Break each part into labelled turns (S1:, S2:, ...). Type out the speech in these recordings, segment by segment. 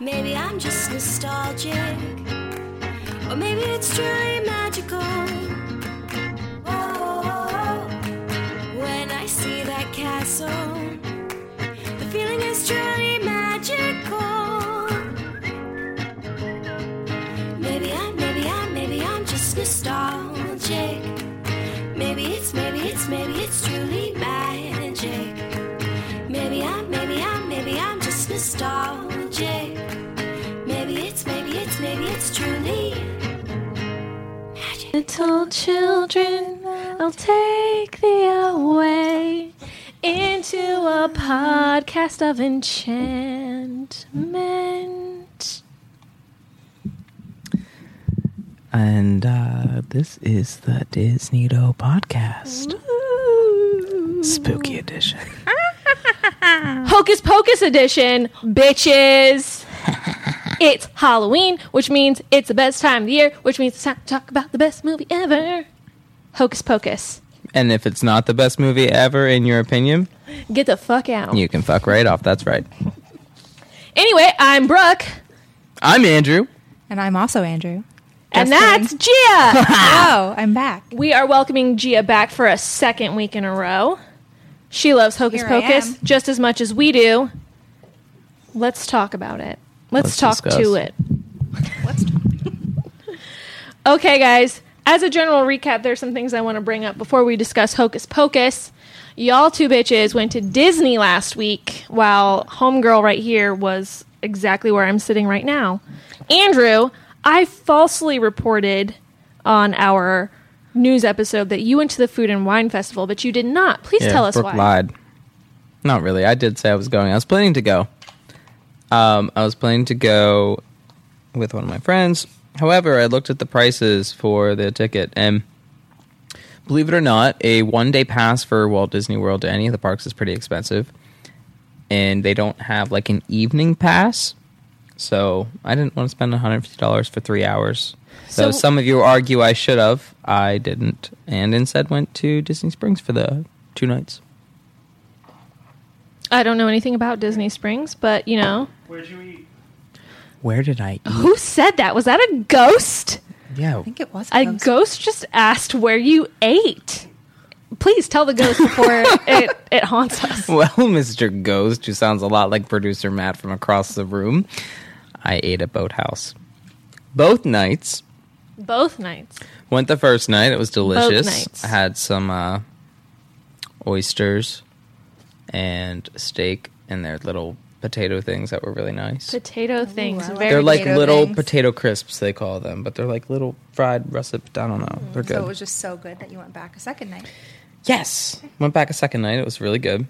S1: Maybe I'm just nostalgic. Or maybe it's truly magical. Oh, when I see that castle, the feeling is truly magical. Maybe I'm, maybe I'm, maybe I'm just nostalgic. Maybe it's, maybe it's, maybe it's truly magic. Maybe I'm, maybe I'm, maybe I'm just nostalgic. Maybe it's, maybe it's, maybe it's truly magic.
S2: Little children, I'll take thee away into a podcast of enchantment.
S3: And uh, this is the Disneydo podcast, spooky edition.
S2: Hocus Pocus edition, bitches. it's Halloween, which means it's the best time of the year, which means it's time to talk about the best movie ever. Hocus Pocus.
S3: And if it's not the best movie ever, in your opinion,
S2: Get the fuck out.
S3: you can fuck right off. That's right.
S2: Anyway, I'm Brooke,
S3: I'm Andrew.
S4: And I'm also Andrew.
S2: and
S4: Just
S2: that's Gia.
S4: Oh, I'm back.
S2: we are welcoming Gia back for a second week in a row. She loves Hocus
S4: Here I
S2: Pocus
S4: am.
S2: just as much as we do. Let's talk about it. Let's,
S3: Let's
S2: talk
S3: discuss.
S2: to it. Okay, guys. As a general recap, there's some things I want to bring up before we discuss Hocus Pocus. Y'all two bitches went to Disney last week while Homegirl right here was exactly where I'm sitting right now. Andrew, I falsely reported on our news episode that you went to the Food and Wine Festival, but you did not. Please
S3: Yeah,
S2: tell us
S3: Brooke
S2: why.
S3: lied. Not really. I did say I was going. I was planning to go. Um, I was planning to go with one of my friends. However, I looked at the prices for the ticket, and believe it or not, a one-day pass for Walt Disney World to any of the parks is pretty expensive, and they don't have like an evening pass. So I didn't want to spend one hundred fifty dollars for three hours. So,
S2: So-
S3: some of you argue I should have. I didn't, and instead went to Disney Springs for the two nights.
S2: I don't know anything about Disney Springs, but you know.
S5: Where'd you eat?
S3: Where did I eat?
S2: Who said that? Was that a ghost?
S3: Yeah.
S4: I think it was
S2: A
S4: close.
S2: ghost just asked where you ate. Please tell the ghost before it, it haunts us.
S3: Well, Mr. Ghost, who sounds a lot like producer Matt from across the room, I ate at Boathouse. Both nights.
S2: Both nights.
S3: Went the first night. It was delicious.
S2: nights.
S3: I had some uh, oysters and steak and their little potato things that were really nice.
S2: Potato things.
S4: like
S2: very
S3: they're like
S4: potato
S3: little
S4: things.
S3: potato crisps, they call them, but they're like little fried russet. I don't know. They're good.
S4: So it was just so good that you went back a second night.
S3: Yes. Went back a second night. It was really good.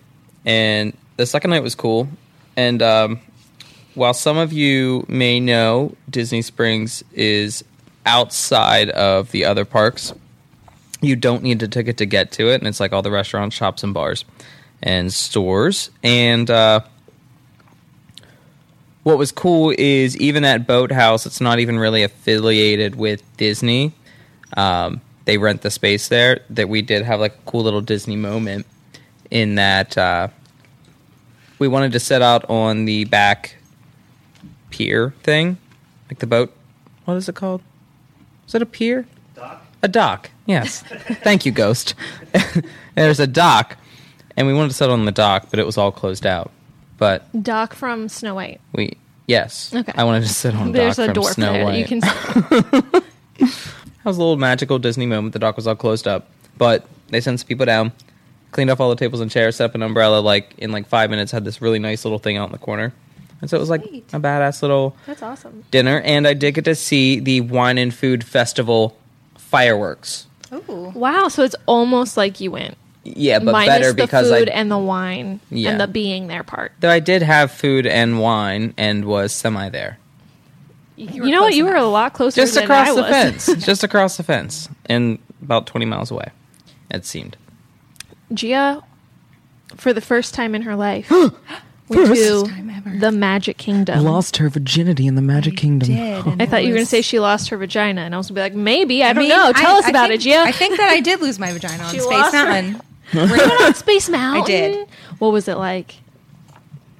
S3: And the second night was cool. And um, while some of you may know, Disney Springs is outside of the other parks. You don't need a ticket to get to it. And it's like all the restaurants, shops, and bars and stores. And uh, what was cool is even at Boathouse, it's not even really affiliated with Disney um, they rent the space there that we did have like a cool little disney moment in that uh, we wanted to set out on the back pier thing like the boat what is it called is it a pier
S5: Doc?
S3: a dock yes thank you ghost there's a dock and we wanted to set on the dock but it was all closed out but
S2: Doc from Snow White.
S3: we yes
S2: Okay.
S3: i wanted to sit on a
S2: There's
S3: dock
S2: a
S3: from
S2: door
S3: Snow
S2: there.
S3: White.
S2: You can
S3: That was a little magical Disney moment. The dock was all closed up, but they sent some people down, cleaned off all the tables and chairs, set up an umbrella. Like in like five minutes, had this really nice little thing out in the corner, and so it was like
S4: Sweet.
S3: a badass little
S2: That's awesome.
S3: dinner. And I did get to see the wine and food festival fireworks.
S4: Ooh.
S2: Wow, so it's almost like you went.
S3: yeah, but
S2: minus
S3: better
S2: the
S3: because
S2: food
S3: I
S2: and the wine
S3: Yeah.
S2: and the being there part.
S3: though I did have food and wine and was semi there.
S2: You, know what? You were a lot closer
S3: Just
S2: than I
S3: across the
S2: was.
S3: fence. just across the fence and about 20 miles away. It seemed.
S2: Gia, for the first time in her life, went to
S4: time ever.
S2: the Magic Kingdom.
S3: her virginity in the Magic
S4: Did, and
S2: I thought you were going to
S4: was-
S2: say she lost her vagina, and I was going to be like, maybe. I
S4: I
S2: don't
S4: mean,
S2: know. Tell
S4: I-
S2: us
S4: I
S2: about
S4: think-
S2: it, Gia.
S4: I think that I did lose my vagina on
S2: She
S4: Space
S2: lost her-
S4: Mountain.
S2: on Space Mountain.
S4: did.
S2: What was it like?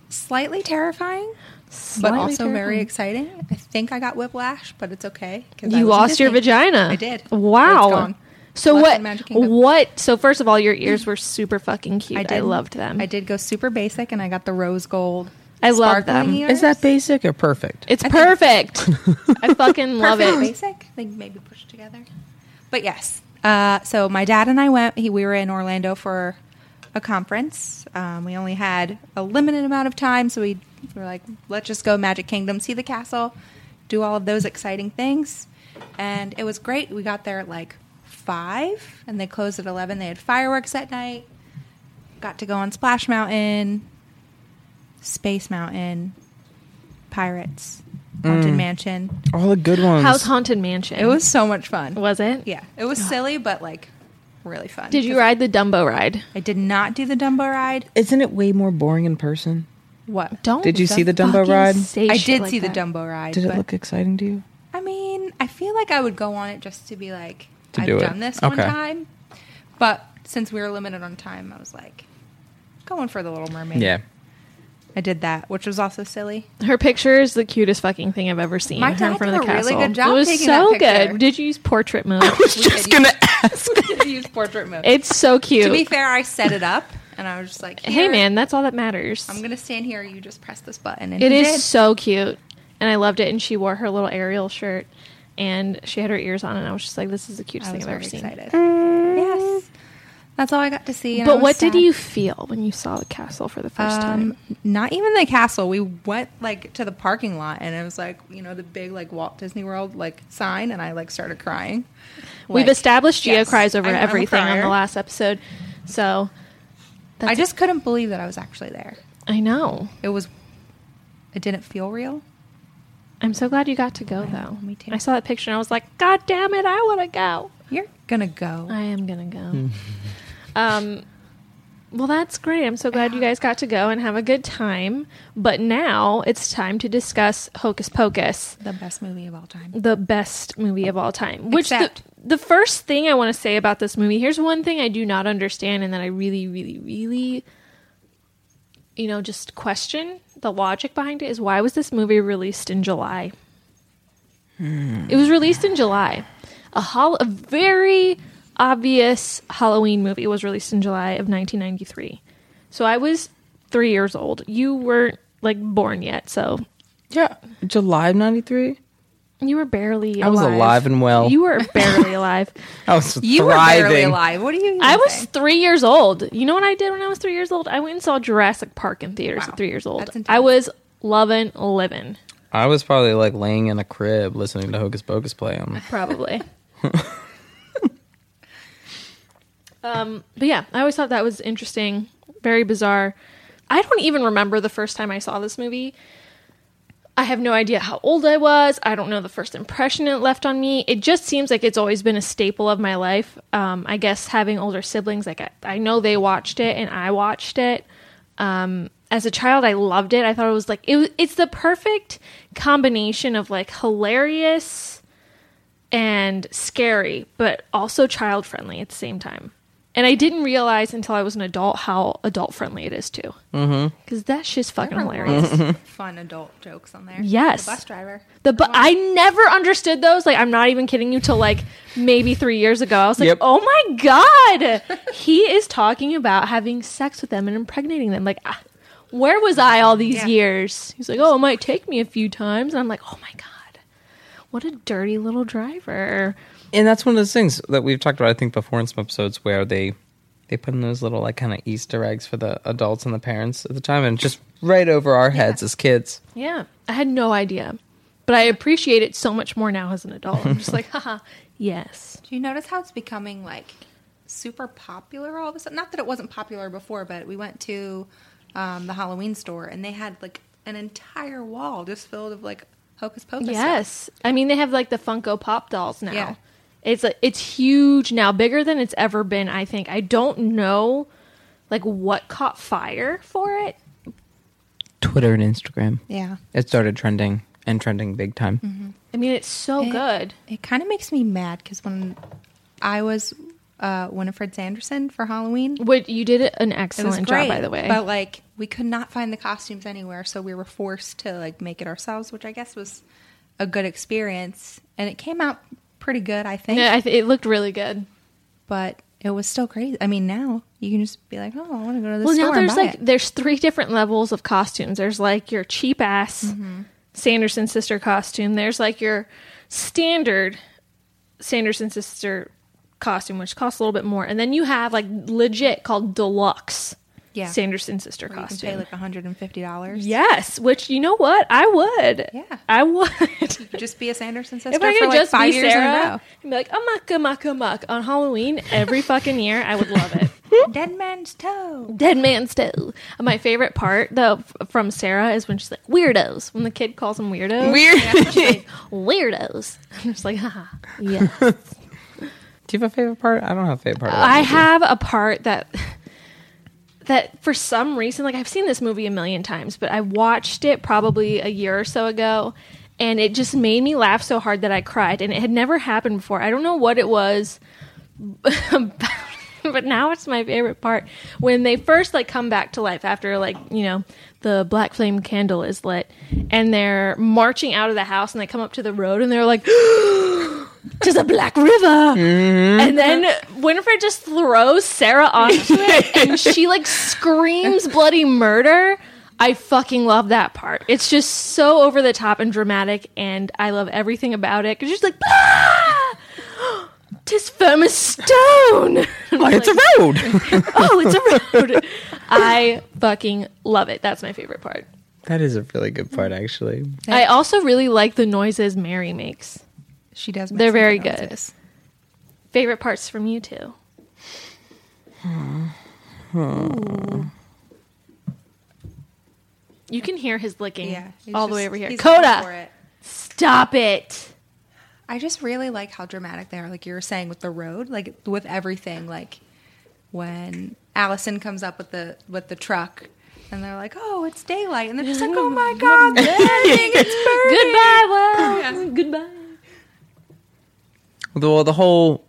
S4: Slightly terrifying, but
S2: Slightly
S4: also very
S2: terrifying.
S4: exciting. I think I got whiplash, but it's okay. 'cause I
S2: You
S4: was in
S2: lost your
S4: Disney.
S2: vagina.
S4: I did.
S2: Wow.
S4: It's gone.
S2: So
S4: Left
S2: what?
S4: in Magic Kingdom.
S2: What? So first of all, your ears were super fucking cute. I, loved them.
S4: I did go super basic, and I got the rose gold.
S2: I love
S4: sparkling
S2: them.
S4: ears.
S3: Is that basic or perfect?
S2: It's perfect. I fucking love
S4: Perfect.
S2: it.
S4: Basic, like maybe pushed together. But yes, uh, so my dad and I went. He, we were in Orlando for a conference. Um, we only had a limited amount of time, so we were like, let's just go Magic Kingdom, see the castle, do all of those exciting things, and it was great. We got there at like five, and they closed at eleven. They had fireworks that night. Got to go on Splash Mountain, Space Mountain, Pirates, Haunted
S2: Mm.
S4: Mansion.
S3: All the good ones.
S2: House Haunted Mansion.
S4: It was so much fun.
S2: Was it?
S4: Yeah, it was silly, but like really fun.
S2: Did you ride the Dumbo ride?
S4: I did not do the Dumbo ride.
S3: Isn't it way more boring in person?
S4: What?
S2: Don't.
S3: Did you see the Dumbo
S2: fucking
S3: ride?
S2: say
S4: I
S2: shit
S4: did
S2: like
S4: see
S2: that.
S4: the Dumbo ride.
S3: Did it
S4: but,
S3: look exciting to you?
S4: I mean, I feel like I would go on it just to be like,
S3: To
S4: I've
S3: do it.
S4: done this one
S3: Okay.
S4: time. But since we were limited on time, I was like, going for the Little Mermaid.
S3: Yeah.
S4: I did that, which was also silly.
S2: Her picture is the cutest fucking thing I've ever seen.
S4: My
S2: Her in
S4: dad
S2: front
S4: did
S2: of the
S4: a really
S2: castle.
S4: good job
S2: it was
S4: taking
S2: so
S4: that picture.
S2: good. Did you use portrait mode?
S3: was just going to ask.
S4: Use portrait mode.
S2: it's so cute.
S4: to be fair, I set it up, and I was just like,
S2: hey
S4: "Here,
S2: man, that's all that matters.
S4: I'm gonna stand here. You just press this button." And
S2: It
S4: he
S2: is
S4: did.
S2: so cute, and I loved it. And she wore her little Ariel shirt, and she had her ears on, and I was just like, "This is the cutest
S4: I
S2: thing
S4: was
S2: I've
S4: very
S2: ever seen."
S4: excited. Yes, that's all I got to see. and I
S2: But
S4: was
S2: what
S4: sad.
S2: did you feel when you saw the castle for the first
S4: Um,
S2: time?
S4: not even the castle. We went like to the parking lot, and it was like you know the big like Walt Disney World like sign, and I like started crying.
S2: We've
S4: Like,
S2: established Gia
S4: yes,
S2: cries over
S4: I'm- I'm a
S2: everything on the
S4: crier.
S2: last episode, so that's
S4: I just couldn't believe that I was actually there.
S2: I know.
S4: It was. It didn't feel real.
S2: I'm so glad you got to go though.
S4: me too.
S2: I saw that picture and I was like, "God damn it, I want to go."
S4: You're gonna go.
S2: I am gonna go. um, well, that's great. I'm so glad you guys got to go and have a good time. But now it's time to discuss Hocus Pocus,
S4: The best movie of all time.
S2: the best movie of all time. Which the,
S4: Except-
S2: the first thing I want to say about this movie. Here's one thing I do not understand, and that I really, really, really, you know, just question the logic behind it is why was this movie released in July? It was released in July. A, hol- a very obvious Halloween movie was released in July of 1993. So I was three years old. You weren't like born yet, so
S3: Yeah. July of 93?
S2: you were barely.
S3: I was alive and well.
S2: You were barely alive.
S3: I was
S4: You
S3: thriving.
S4: were barely alive. What do you? even
S2: I was
S4: say?
S2: three years old. You know what I did when I was three years old? I went and saw Jurassic Park in theaters
S4: Wow.
S2: at three years old.
S4: That's intense.
S2: I was loving, living,
S3: I was probably like laying in a crib listening to Hocus Pocus play. i
S2: probably. um, but yeah, I always thought that was interesting, very bizarre. I don't even remember the first time I saw this movie. I have no idea how old I was. I don't know the first impression it left on me. It just seems like it's always been a staple of my life. Um, I guess having older siblings, like I, I know they watched it and I watched it. Um, as a child, I loved it. I thought it was like it, was- it's the perfect combination of like hilarious and scary, but also child friendly at the same time. And I didn't realize until I was an adult how adult friendly it is too. Because mm-hmm. that shit's fucking
S4: There were
S2: hilarious.
S4: lots of Fun adult jokes on there.
S2: Yes.
S4: The bus driver.
S2: The bu- I never understood those. Like I'm not even kidding you. Till like maybe three years ago, I was like,
S3: Yep.
S2: "Oh my god, he is talking about having sex with them and impregnating them." Like, ah, where was I all these
S4: Yeah.
S2: years? He's like, "Oh, it might take me a few times," and I'm like, "Oh my god, what a dirty little driver."
S3: and that's one of those things that we've talked about i think before in some episodes where they they put in those little like kind of easter eggs for the adults and the parents at the time and just right over our heads as kids
S2: Yeah, I had no idea, but I appreciate it so much more now as an adult. I'm just like, "Haha, yes."
S4: Do you notice how it's becoming like super popular all of a sudden. Not that it wasn't popular before, but we went to um, the Halloween store and they had like an entire wall just filled of like hocus pocus. stuff.
S2: Yes, I mean they have like the Funko Pop dolls now.
S4: Yeah.
S2: It's like it's huge now, bigger than it's ever been. I think I don't know, like what caught fire for it.
S3: Twitter and Instagram.
S4: Yeah. Mm-hmm.
S3: It started trending and trending big time.
S2: I mean, it's so
S4: It-
S2: good.
S4: It kind of makes me mad because when I was uh, Winifred Sanderson for Halloween,
S2: What you did an
S4: it was
S2: excellent
S4: great.
S2: job, by the way.
S4: But like, we could not find the costumes anywhere, so we were forced to like make it ourselves, which I guess was a good experience, and it came out pretty good, I think.
S2: yeah, I th- it looked really good.
S4: But it was still crazy. I mean, now you can just be like, oh, I want to go to this
S2: Well,
S4: store
S2: now there's
S4: and buy
S2: like
S4: it.
S2: there's three different levels of costumes. There's like your cheap ass
S4: Mm-hmm.
S2: Sanderson sister costume. There's like your standard Sanderson sister costume, which costs a little bit more, and then you have like legit called deluxe
S4: Yeah.
S2: Sanderson sister
S4: Where you can
S2: costume.
S4: pay like 150 dollars.
S2: yes, which you know what I would.
S4: Yeah.
S2: I would.
S4: Just be a Sanderson sister
S2: if I
S4: for
S2: could
S4: like
S2: just
S4: five
S2: be
S4: years
S2: Sarah
S4: in
S2: and be like, amuck, amuck, amuck on Halloween every fucking year, I would love it.
S4: a row. Dead man's toe.
S2: Dead man's toe. My favorite part, though, f- from Sarah is when she's like, weirdos. When the kid calls them weirdos.
S3: Weird.
S2: weirdos. I'm just like, haha. Yeah.
S3: Do you have a favorite part? I don't have a favorite part. of that
S2: I
S3: movie.
S2: have a part that that for some reason like I've seen this movie a million times, but I watched it probably a year or so ago and it just made me laugh so hard that I cried and it had never happened before. I don't know what it was about, but now it's my favorite part when they first like come back to life after like, you know, the black flame candle is lit and they're marching out of the house and they come up to the road and they're like to the Black River.
S3: Mm-hmm.
S2: And then Winifred just throws Sarah onto it and she like screams bloody murder. I fucking love that part. It's just so over the top and dramatic, and I love everything about it. Cause she's like, ah! Tis firm as stone.
S3: Oh, it's a road.
S2: oh, it's a road. I fucking love it. That's my favorite part.
S3: that is a really good part, actually.
S2: I also really like the noises Mary makes.
S4: She does. make
S2: They're
S4: some
S2: very good.
S4: noises.
S2: Favorite parts from you two?
S4: Hmm.
S2: You can hear his licking
S4: Yeah. he's
S2: all the way
S4: just-
S2: over here.
S4: he's going for
S2: Coda,
S4: it.
S2: stop it.
S4: I just really like how dramatic they are. Like you were saying with the road, like with everything. Like when Allison comes up with the with the truck, and they're like, "Oh, it's daylight," and they're just like, "Oh my god, they're ending, it's burning."
S2: Goodbye, world. Goodbye.
S3: The, well, the whole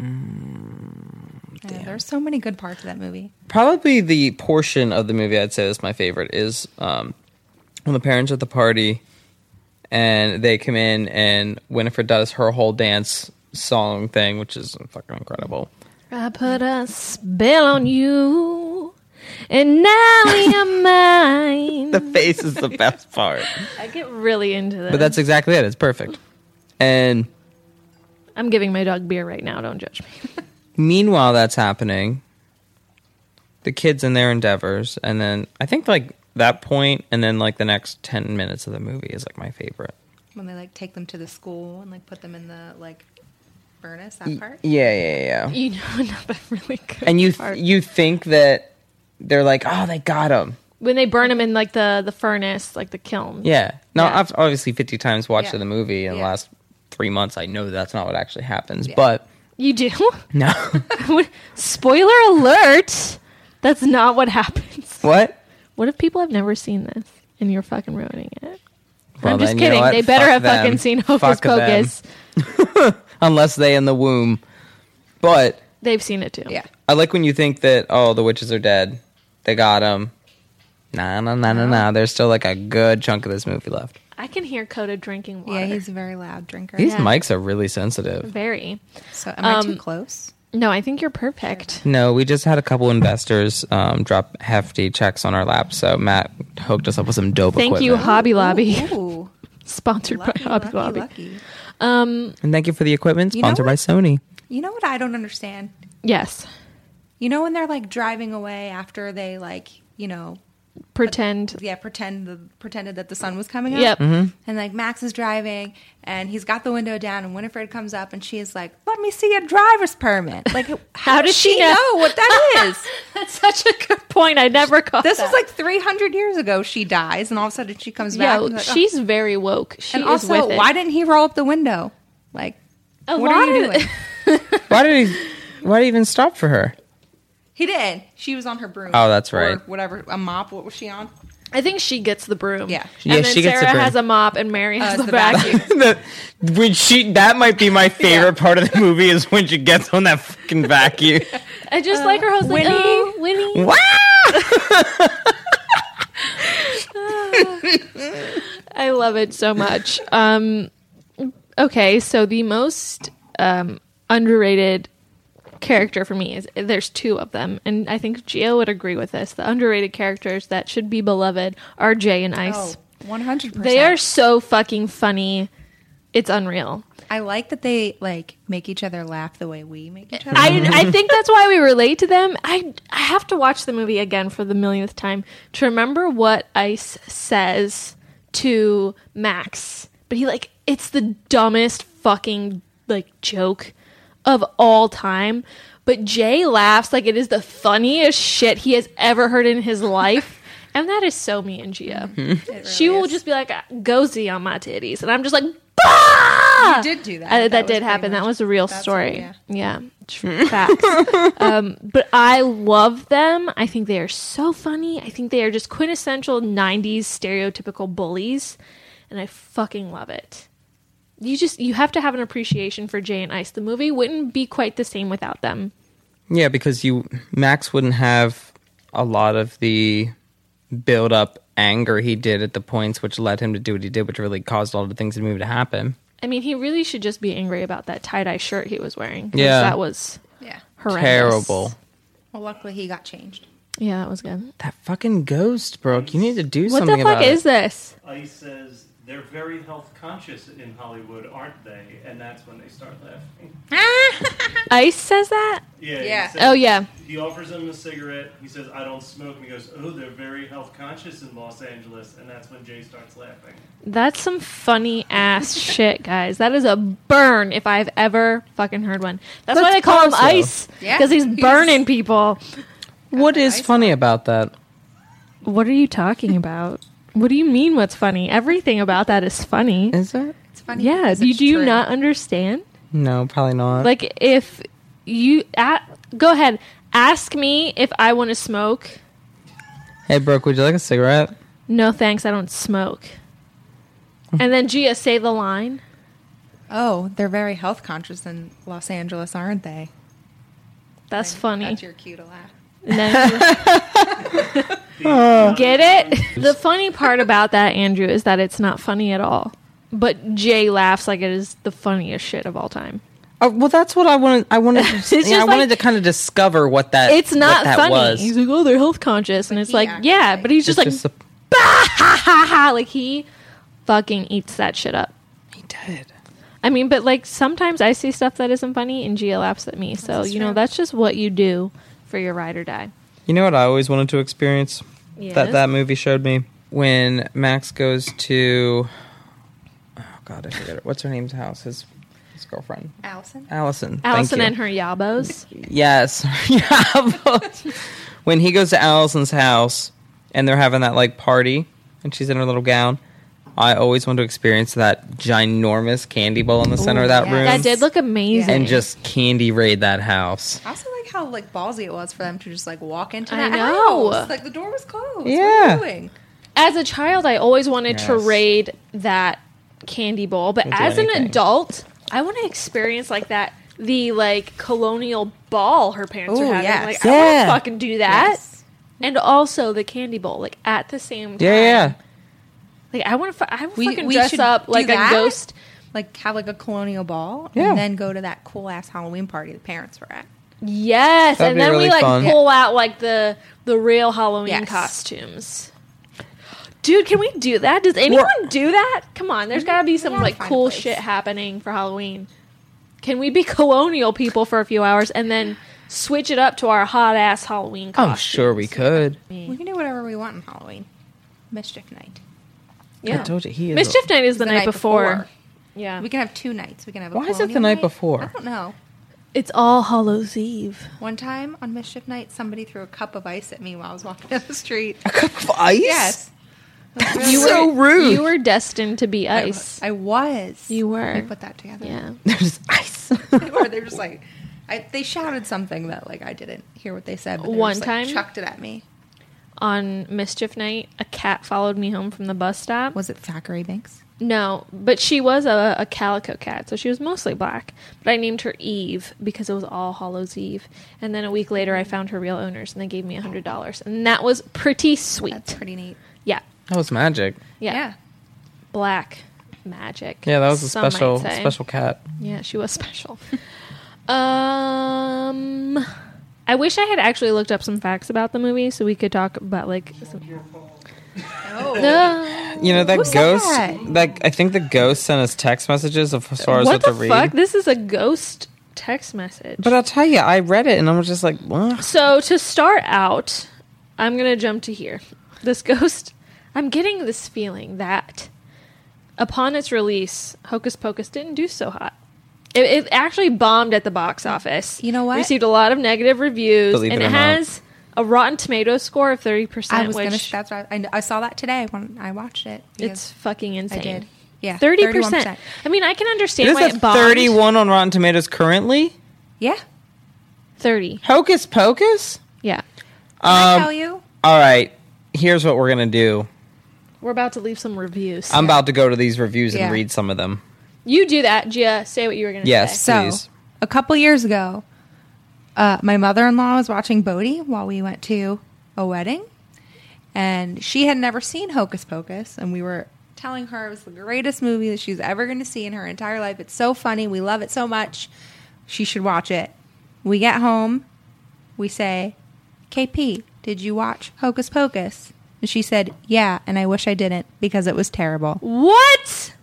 S4: Yeah, there's so many good parts of that movie.
S3: probably the portion of the movie I'd say is my favorite is um, when the parents are at the party and they come in and Winifred does her whole dance song thing, which is fucking incredible.
S2: I put a spell on you, and now you're mine.
S3: The face is the best part,
S2: I get really into this.
S3: but that's exactly it. It's perfect. And
S2: I'm giving my dog beer right now. Don't judge me.
S3: meanwhile, that's happening. The kids and their endeavors, and then I think like that point, and then like the next ten minutes of the movie is like my favorite.
S4: When they like take them to the school and like put them in the like furnace. That part.
S3: Yeah, yeah, yeah.
S2: You know another really good.
S3: and you
S2: part.
S3: th- you think that they're like, oh, they got him.
S2: when they burn him in like the the furnace, like the kiln.
S3: Yeah. Now
S2: Yeah.
S3: I've obviously fifty times watched
S4: Yeah.
S3: the movie in the
S4: Yeah.
S3: last three months. I know that's not what actually happens, but
S2: You do?
S3: no,
S2: Spoiler alert! That's not what happens.
S3: what?
S2: What if people have never seen this and you're fucking ruining it?
S3: Well,
S2: I'm just
S3: then you know
S2: kidding.
S3: what?
S2: they better
S3: Fuck
S2: have
S3: them.
S2: fucking seen Hocus
S3: Fuck them.
S2: Pocus.
S3: Unless they in the womb. But
S2: They've seen it too.
S4: Yeah.
S3: I like when you think that oh, the witches are dead. They got him. Nah, nah, nah, nah, nah. There's still like a good chunk of this movie left.
S2: I can hear Coda drinking water.
S4: Yeah, he's a very loud drinker.
S3: These
S2: Yeah.
S3: mics are really sensitive.
S2: very.
S4: So am
S2: um,
S4: I too close?
S2: No, I think you're perfect.
S3: No, we just had a couple investors um, drop hefty checks on our lap, so Matt hooked us up with some dope
S2: Thank you,
S3: equipment.
S2: Hobby Lobby.
S4: Ooh,
S2: Sponsored
S4: lucky,
S2: by Hobby
S4: lucky,
S2: Lobby. Um,
S4: lucky.
S3: And thank you for the equipment
S4: know
S3: sponsored by
S4: what?
S3: Sony.
S4: You know what I don't understand?
S2: Yes.
S4: You know when they're like driving away after they like, you know,
S2: pretend.
S4: yeah, pretend the, pretended that the sun was coming up.
S2: Yep. Mm-hmm.
S4: And like Max is driving and he's got the window down and Winifred comes up and she is like, "Let me see your driver's permit." Like how,
S2: did
S4: does she
S2: she know?
S4: know? what that is?
S2: That's such a good point. I never caught
S4: this
S2: that.
S4: was like 300 years ago she dies and all of a sudden she comes back.
S2: yeah,
S4: and like, oh.
S2: she's very woke. She
S4: And
S2: is
S4: also,
S2: with it.
S4: why didn't he roll up the window? Like
S2: A
S4: what
S2: lot
S4: are you
S2: of-
S4: doing?
S3: Why did he? Why did he even stop for her?
S4: he did. She was on her broom.
S3: Oh, that's
S4: Or
S3: right.
S4: whatever, a mop. What was she on?
S2: I think she gets the broom.
S4: Yeah. Oh,
S2: and
S3: Yeah,
S2: then
S3: she gets the
S2: Sarah
S3: broom.
S2: has a mop, and Mary has
S4: it's
S2: the,
S4: the
S2: vacuum.
S3: the, when she that might be my favorite part of the movie is when she gets on that fucking vacuum.
S2: I just like her host. Like,
S4: Winnie?
S2: oh, Winnie.
S3: Wow!
S2: I love it so much. Um, okay, so the most um, underrated character for me is there's two of them, and I think Gio would agree with this. The underrated characters that should be beloved are Jay and Ice.
S4: 100 Oh, percent
S2: They are so fucking funny. It's unreal.
S4: I like that they like make each other laugh the way we make each other.
S2: I, I think that's why we relate to them. I, I have to watch the movie again for the millionth time to remember what Ice says to Max. But he like it's the dumbest fucking like joke of all time. But Jay laughs like it is the funniest shit he has ever heard in his life. And that is so me and Gia. she will just be like, "Gozy on my titties," and I'm just like, "Bah!"
S4: You did do that.
S2: Uh, that, did
S4: was pretty
S2: happen. That
S4: much-
S2: was a real
S4: that's-
S2: story.
S4: yeah.
S2: Yeah, Tr- facts. um, but I love them. I think they are so funny. I think they are just quintessential '90s stereotypical bullies, and I fucking love it. You just you have to have an appreciation for Jay and Ice. The movie wouldn't be quite the same without them.
S3: Yeah, because you Max wouldn't have a lot of the build up anger he did at the points which led him to do what he did, which really caused all the things in the movie to happen.
S2: I mean, he really should just be angry about that tie dye shirt he was wearing. 'cause
S3: Yeah.
S2: that was
S4: Yeah.
S2: horrendous.
S3: Terrible.
S4: Well, luckily he got changed.
S2: Yeah, that was good.
S3: That fucking ghost, Brooke. You need to do
S2: What
S3: something
S2: the fuck
S3: about
S2: is
S3: it.
S2: this?
S5: Ice says they're very health conscious in Hollywood, aren't they? And that's when they start laughing.
S2: Ice says that.
S5: Yeah. he
S4: Yeah.
S5: says-
S2: Oh yeah.
S5: He offers him a cigarette. He says, "I don't smoke." And he goes, "Oh, they're very health conscious in Los Angeles." And that's when Jay starts laughing.
S2: That's some funny ass shit, guys. That is a burn if I've ever fucking heard one. That's, why
S3: That's
S2: they call him
S3: awesome.
S2: Ice
S4: Yeah,
S2: because he's
S4: he's-
S2: burning people.
S3: What is funny about that?
S2: What are you talking about? What do you mean? What's funny? Everything about that is funny.
S3: Is it?
S4: It's funny.
S2: Yeah.
S4: because
S2: Do,
S4: it's
S2: do you
S4: true.
S2: not understand?
S3: No, probably not.
S2: Like if you a go ahead, ask me if I want to smoke.
S3: hey, Brooke, would you like a cigarette?
S2: No thanks, I don't smoke. And then Gia say the line.
S4: Oh, they're very health conscious in Los Angeles, aren't they?
S2: That's funny.
S4: That's your cue to laugh.
S2: And then Get it? The funny part about that, Andrew, is that it's not funny at all. But Jay laughs like it is the funniest shit of all time.
S3: Oh, well, that's what I wanted. I wanted.
S2: It's
S3: To, yeah,
S2: just
S3: I wanted to
S2: like-
S3: kind of discover what that.
S2: It's
S3: what
S2: not
S3: that
S2: funny.
S3: Was.
S2: He's like, oh, they're health conscious, and
S4: But
S2: it's
S4: he
S2: like,
S4: acts
S2: yeah,
S4: like-
S2: but he's
S3: It's
S2: just like,
S3: just a-
S2: ha ha, like he fucking eats that shit up.
S3: he did.
S2: I mean, but like sometimes I see stuff that isn't funny, and Gia laughs at me. So you know,
S4: true.
S2: that's just what you do for your ride or die.
S3: You know what I always wanted to experience?
S2: Yes?
S3: That that movie showed me when Max goes to Oh god, I forget it. What's her name's house? His his girlfriend.
S4: Allison.
S3: Allison.
S2: Allison and
S3: Thank you.
S2: her yabos.
S3: Yes. Yeah, when he goes to Allison's house and they're having that like party and she's in her little gown. I always want to experience that ginormous candy bowl in the center of that
S4: yes.
S3: room
S2: that did look amazing.
S3: and just candy raid that house.
S4: I also like how like ballsy it was for them to just like walk into
S2: I
S4: that
S2: know.
S4: house. Like the door was closed.
S3: Yeah.
S4: What are you doing?
S2: as a child, I always wanted to
S3: Yes.
S2: raid that candy bowl, but
S3: We'll do
S2: as an
S3: anything.
S2: adult, I want to experience like that the like colonial ball her parents
S4: Ooh,
S2: are having.
S4: yes.
S2: Like I want to
S3: Yeah.
S2: fucking do that, and also the candy bowl like at the same time.
S3: Yeah, yeah.
S2: Like I want to. Fu- I would
S4: We-
S2: fucking
S4: we
S2: dress
S4: should
S2: up
S4: do
S2: like a
S4: that?
S2: ghost.
S4: Like have like a colonial ball
S3: Yeah.
S4: and then go to that cool ass Halloween party the parents were at.
S2: Yes,
S3: That'd
S2: and
S3: be
S2: then we
S3: really
S2: like
S3: fun.
S2: pull out like the the real Halloween
S4: Yes.
S2: costumes. Dude, can we do that? Does anyone do that? Come on, there's got to be some
S4: gotta
S2: like
S4: find a
S2: cool
S4: place.
S2: shit happening for Halloween. Can we be colonial people for a few hours and then switch it up to our hot ass Halloween
S3: I'm
S2: costume.
S3: sure we could.
S4: We can do whatever we want on Halloween. Mischief night.
S2: Yeah.
S3: I told you he is.
S2: Mischief night is the, night, before. Yeah.
S4: We can have two nights. We can have. A
S3: Why is it the
S4: colonial
S3: night before?
S4: I don't know.
S2: it's all Hallows Eve.
S4: One time on mischief night, somebody threw a cup of ice at me while I was walking down the street.
S3: a cup of ice.
S4: yes,
S3: That's so rude.
S2: You were destined to be ice.
S4: I was.
S2: You were.
S4: We put that together.
S2: yeah.
S3: There's ice.
S4: they were. They were just like, I, they shouted something that like I didn't hear what they said. But they were
S2: One
S4: just,
S2: time?
S4: like, chucked it at me.
S2: On mischief night, a cat followed me home from the bus stop.
S4: Was it Thackeray Banks?
S2: No, but she was a, a calico cat, so she was mostly black. But I named her Eve because it was All Hallows Eve. And then a week later, I found her real owners, and they gave me a hundred dollars, and that was pretty sweet.
S4: That's pretty neat.
S2: yeah,
S3: That was magic.
S2: yeah, black magic.
S3: Yeah, that was a
S2: some might
S3: special
S2: say.
S3: special cat.
S2: Yeah, she was special. um, I wish I had actually looked up some facts about the movie so we could talk about like. Some- No.
S3: You know that
S4: Who said
S3: ghost.
S4: that?
S3: Like I think the ghost sent us text messages of as far as
S2: what
S3: what
S2: the
S3: to read.
S2: fuck? This is a ghost text message.
S3: But I'll tell you, I read it and I was just like, "What?"
S2: So to start out, I'm gonna jump to here. This ghost. I'm getting this feeling that upon its release, Hocus Pocus didn't do so hot. It, it actually bombed at the box office.
S4: You know what?
S2: Received a lot of negative reviews,
S3: Believe
S2: and
S3: it
S2: it,
S3: or not.
S2: has a Rotten Tomatoes score of thirty percent.
S4: I was
S2: which
S4: gonna. That's what I, I, I saw that today when I watched it.
S2: it's
S4: because
S2: fucking insane.
S4: did. Yeah,
S2: thirty
S4: 31%.
S2: percent. I mean, I can understand
S3: It
S2: why
S3: is
S2: it
S3: at
S2: bombed.
S3: 31 on Rotten Tomatoes currently.
S4: yeah.
S2: 30.
S3: Hocus Pocus.
S2: Yeah,
S4: Can I
S3: Um,
S4: tell you?
S3: All right, here's what we're gonna do.
S2: we're about to leave some reviews.
S3: I'm about to go to these reviews and
S4: Yeah.
S3: read some of them.
S2: you do that, Gia. Say what you were gonna
S3: Yes.
S2: say.
S4: So,
S3: Please.
S4: a couple years ago, uh, my mother in law was watching Bodhi while we went to a wedding, and she had never seen Hocus Pocus, and we were telling her it was the greatest movie that she's ever going to see in her entire life. It's so funny. We love it so much. She should watch it. We get home, we say, KP, did you watch Hocus Pocus? And she said, Yeah, and I wish I didn't because it was terrible.
S2: What?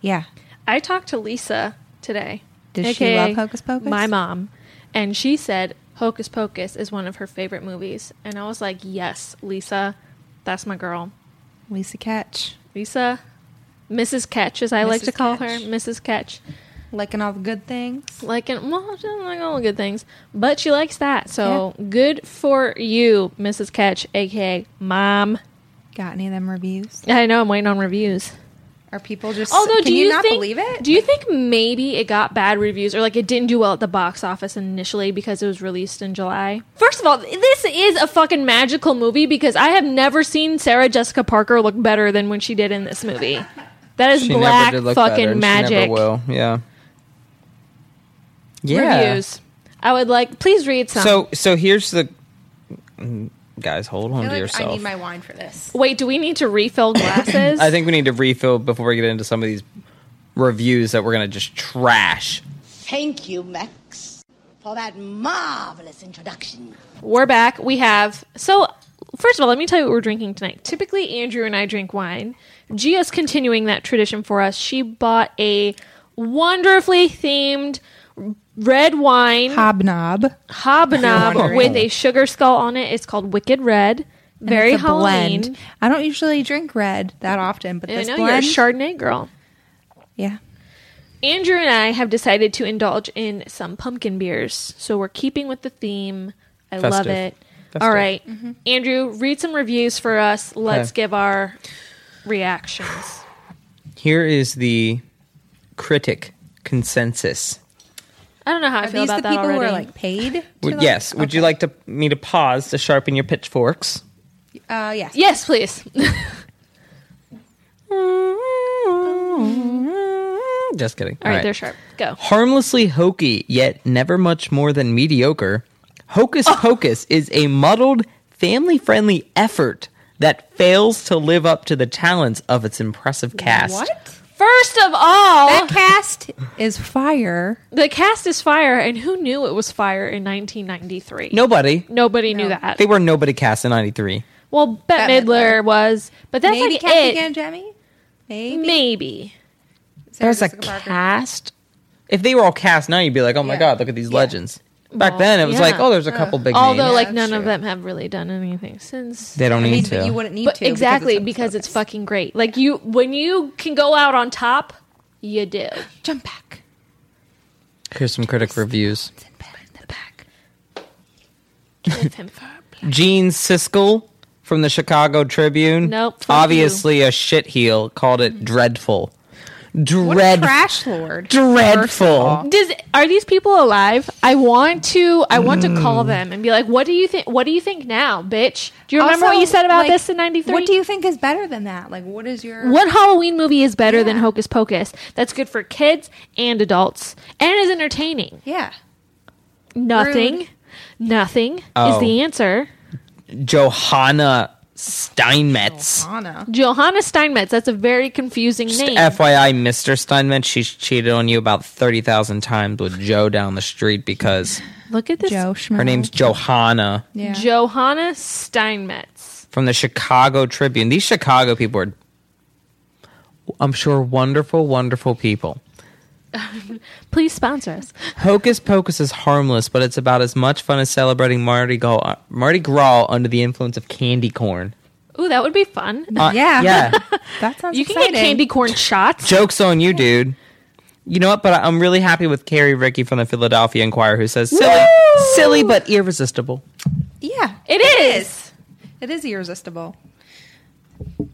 S4: Yeah.
S2: I talked to Lisa today.
S4: Does she love Hocus Pocus?
S2: My mom. And she said Hocus Pocus is one of her favorite movies. And I was like, yes, Lisa, that's my girl.
S4: Lisa Catch,
S2: Lisa, Mrs. Ketch, as I like
S4: Mrs.
S2: to call
S4: Ketch.
S2: her, Mrs. Ketch.
S4: liking all the good things.
S2: Like, and well, she doesn't like all the good things, but she likes that. So good for you, Mrs. Ketch, aka Mom.
S4: Got any of them reviews?
S2: I know I'm waiting on reviews.
S4: Are people just?
S2: Although,
S4: can
S2: do
S4: you,
S2: you,
S4: not
S2: think,
S4: believe it?
S2: Do you think maybe it got bad reviews or like it didn't do well at the box office initially because it was released in July? First of all, this is a fucking magical movie because I have never seen Sarah Jessica Parker look better than when she did in this movie. That is
S3: She
S2: black
S3: never did look
S2: fucking
S3: better, and
S2: magic.
S3: She never will. Yeah. Yeah.
S2: Reviews. I would like please read some.
S3: So so here's the guys. Hold on to
S4: I, feel like I
S3: yourself.
S4: need my wine for this.
S2: wait, do we need to refill glasses?
S3: I think we need to refill before we get into some of these reviews that we're gonna just trash.
S6: Thank you, Max, for that marvelous introduction.
S2: We're back. We have so first of all, let me tell you what we're drinking tonight. Typically, Andrew and I drink wine. Gia's continuing that tradition for us. She bought a wonderfully themed red wine
S4: Hobnob.
S2: hobnob with a sugar skull on it. It's called Wicked Red. Very
S4: It's a
S2: Halloween.
S4: blend. I don't usually drink red that often, but
S2: I
S4: this
S2: know you're a
S4: blend.
S2: Chardonnay girl.
S4: yeah.
S2: Andrew and I have decided to indulge in some pumpkin beers, so we're keeping with the theme. I love
S3: Festive.
S2: it.
S3: Festive.
S2: All right.
S4: Mm-hmm.
S2: Andrew, read some reviews for us. Let's
S3: Okay.
S2: give our reactions.
S3: Here is the critic consensus.
S2: I don't know how I
S4: Are
S2: feel
S4: these the
S2: about that
S4: people who are
S2: already.
S4: like paid? to,
S3: Would,
S4: like-
S3: yes. Would you
S4: Okay.
S3: like to me to pause to sharpen your pitchforks?
S4: Uh, yes.
S2: yes, please.
S3: Just kidding.
S2: All right, they're sharp. Go.
S3: Harmlessly hokey, yet never much more than mediocre, Hocus
S4: Oh.
S3: Pocus is a muddled, family friendly effort that fails to live up to the talents of its impressive cast.
S4: What?
S2: First of all,
S4: That cast is fire.
S2: the cast is fire, and who knew it was fire in 1993?
S3: Nobody.
S2: Nobody knew that.
S3: They were nobody cast in 93.
S2: well, Bette,
S4: Bette
S2: Midler, was, but that's
S4: Maybe
S2: like
S4: Kathy
S2: it.
S4: Gamgemi? Maybe.
S2: Maybe.
S4: Sarah
S3: There's a
S4: Jessica Parker.
S3: cast. If they were all cast now, you'd be like, oh my
S4: Yeah.
S3: God, look at these
S4: Yeah. Uh,
S3: legends. Back then, it was
S2: Yeah.
S3: like, oh, there's a couple big
S2: Although,
S3: names.
S2: like
S4: that's
S2: none of
S4: true.
S2: them have really done anything since.
S3: they don't
S4: I mean,
S3: need
S4: but
S3: to.
S4: you wouldn't need
S2: but
S4: to
S2: exactly because it's
S4: fucking
S2: fucking great. Like you, when you can go out on top, you do.
S4: jump back.
S3: Here's some critic reviews.
S4: It's in bed in the back.
S2: Give him for a black-
S3: Gene Siskel from the Chicago Tribune.
S2: Nope, fuck
S3: Obviously a shit heel called it dreadful.
S4: What
S3: Dread
S4: a trash lord. First of
S3: dreadful.
S4: all.
S2: Does are these people alive? I want to. I want to call them and be like, "What do you think? What do you think now, bitch? Do you remember
S4: Also,
S2: what you said about
S4: like,
S2: this in '93?
S4: What do you think is better than that? Like, what is your
S2: What Halloween movie is better than
S4: Yeah.
S2: Hocus Pocus? That's good for kids and adults and is entertaining.
S4: Yeah,
S2: Nothing.
S4: Rude.
S2: Nothing
S3: Oh.
S2: is the answer.
S3: Johanna Steinmetz.
S4: Anna.
S2: Johanna Steinmetz. That's a very confusing
S3: Just
S2: name.
S3: FYI, Mr. Steinmetz, she's cheated on you about 30,000 times with Joe down the street because
S2: Look at this.
S4: Joe
S3: her name's Johanna
S4: yeah.
S2: Johanna Steinmetz.
S3: from the Chicago Tribune. These Chicago people are, I'm sure, wonderful, wonderful people.
S2: Please sponsor us.
S3: Hocus Pocus is harmless, but it's about as much fun as celebrating Mardi Gras, Mardi Gras under the influence of candy corn.
S2: Ooh, that would be fun.
S3: Uh,
S4: Yeah.
S3: Yeah.
S4: That sounds
S2: You can
S4: exciting.
S2: get candy corn shots.
S3: Joke's on you, dude. You know what? But I- I'm really happy with Carrie Ricky from the Philadelphia Inquirer who says, silly, silly but irresistible.
S4: Yeah,
S2: It is.
S4: it is irresistible.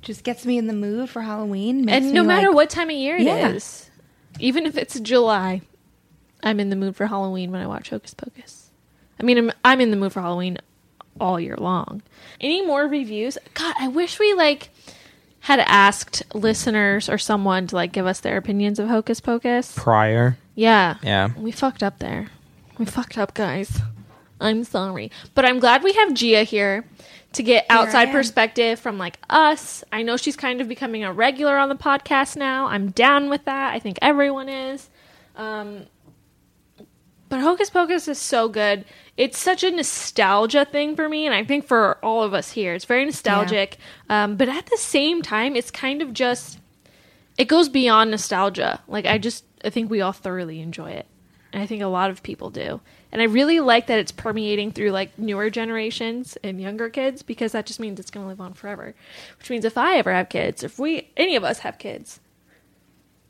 S4: Just gets me in the mood for Halloween, makes
S2: And no
S4: me,
S2: matter
S4: like-
S2: what time of year it is,
S4: Yeah.
S2: even if it's July, I'm in the mood for Halloween when I watch Hocus Pocus. I mean, I'm, I'm in the mood for Halloween all year long. Any more reviews? God, I wish we like had asked listeners or someone to like give us their opinions of Hocus Pocus.
S3: Prior.
S2: Yeah.
S3: Yeah.
S2: We fucked up there. We fucked up, guys. I'm sorry. But I'm glad we have Gia here to get outside
S4: am.
S2: perspective from like us. I know she's kind of becoming a regular on the podcast now. I'm down with that. I think everyone is. Um but Hocus Pocus is so good. It's such a nostalgia thing for me, and I think for all of us here. It's very nostalgic. Um, but at the same time, it's kind of just it goes beyond nostalgia. Like
S4: Mm.
S2: I just I think we all thoroughly enjoy it. And I think a lot of people do. And I really like that it's permeating through like newer generations and younger kids because that just means it's going to live on forever. Which means if I ever have kids, if we any of us have kids,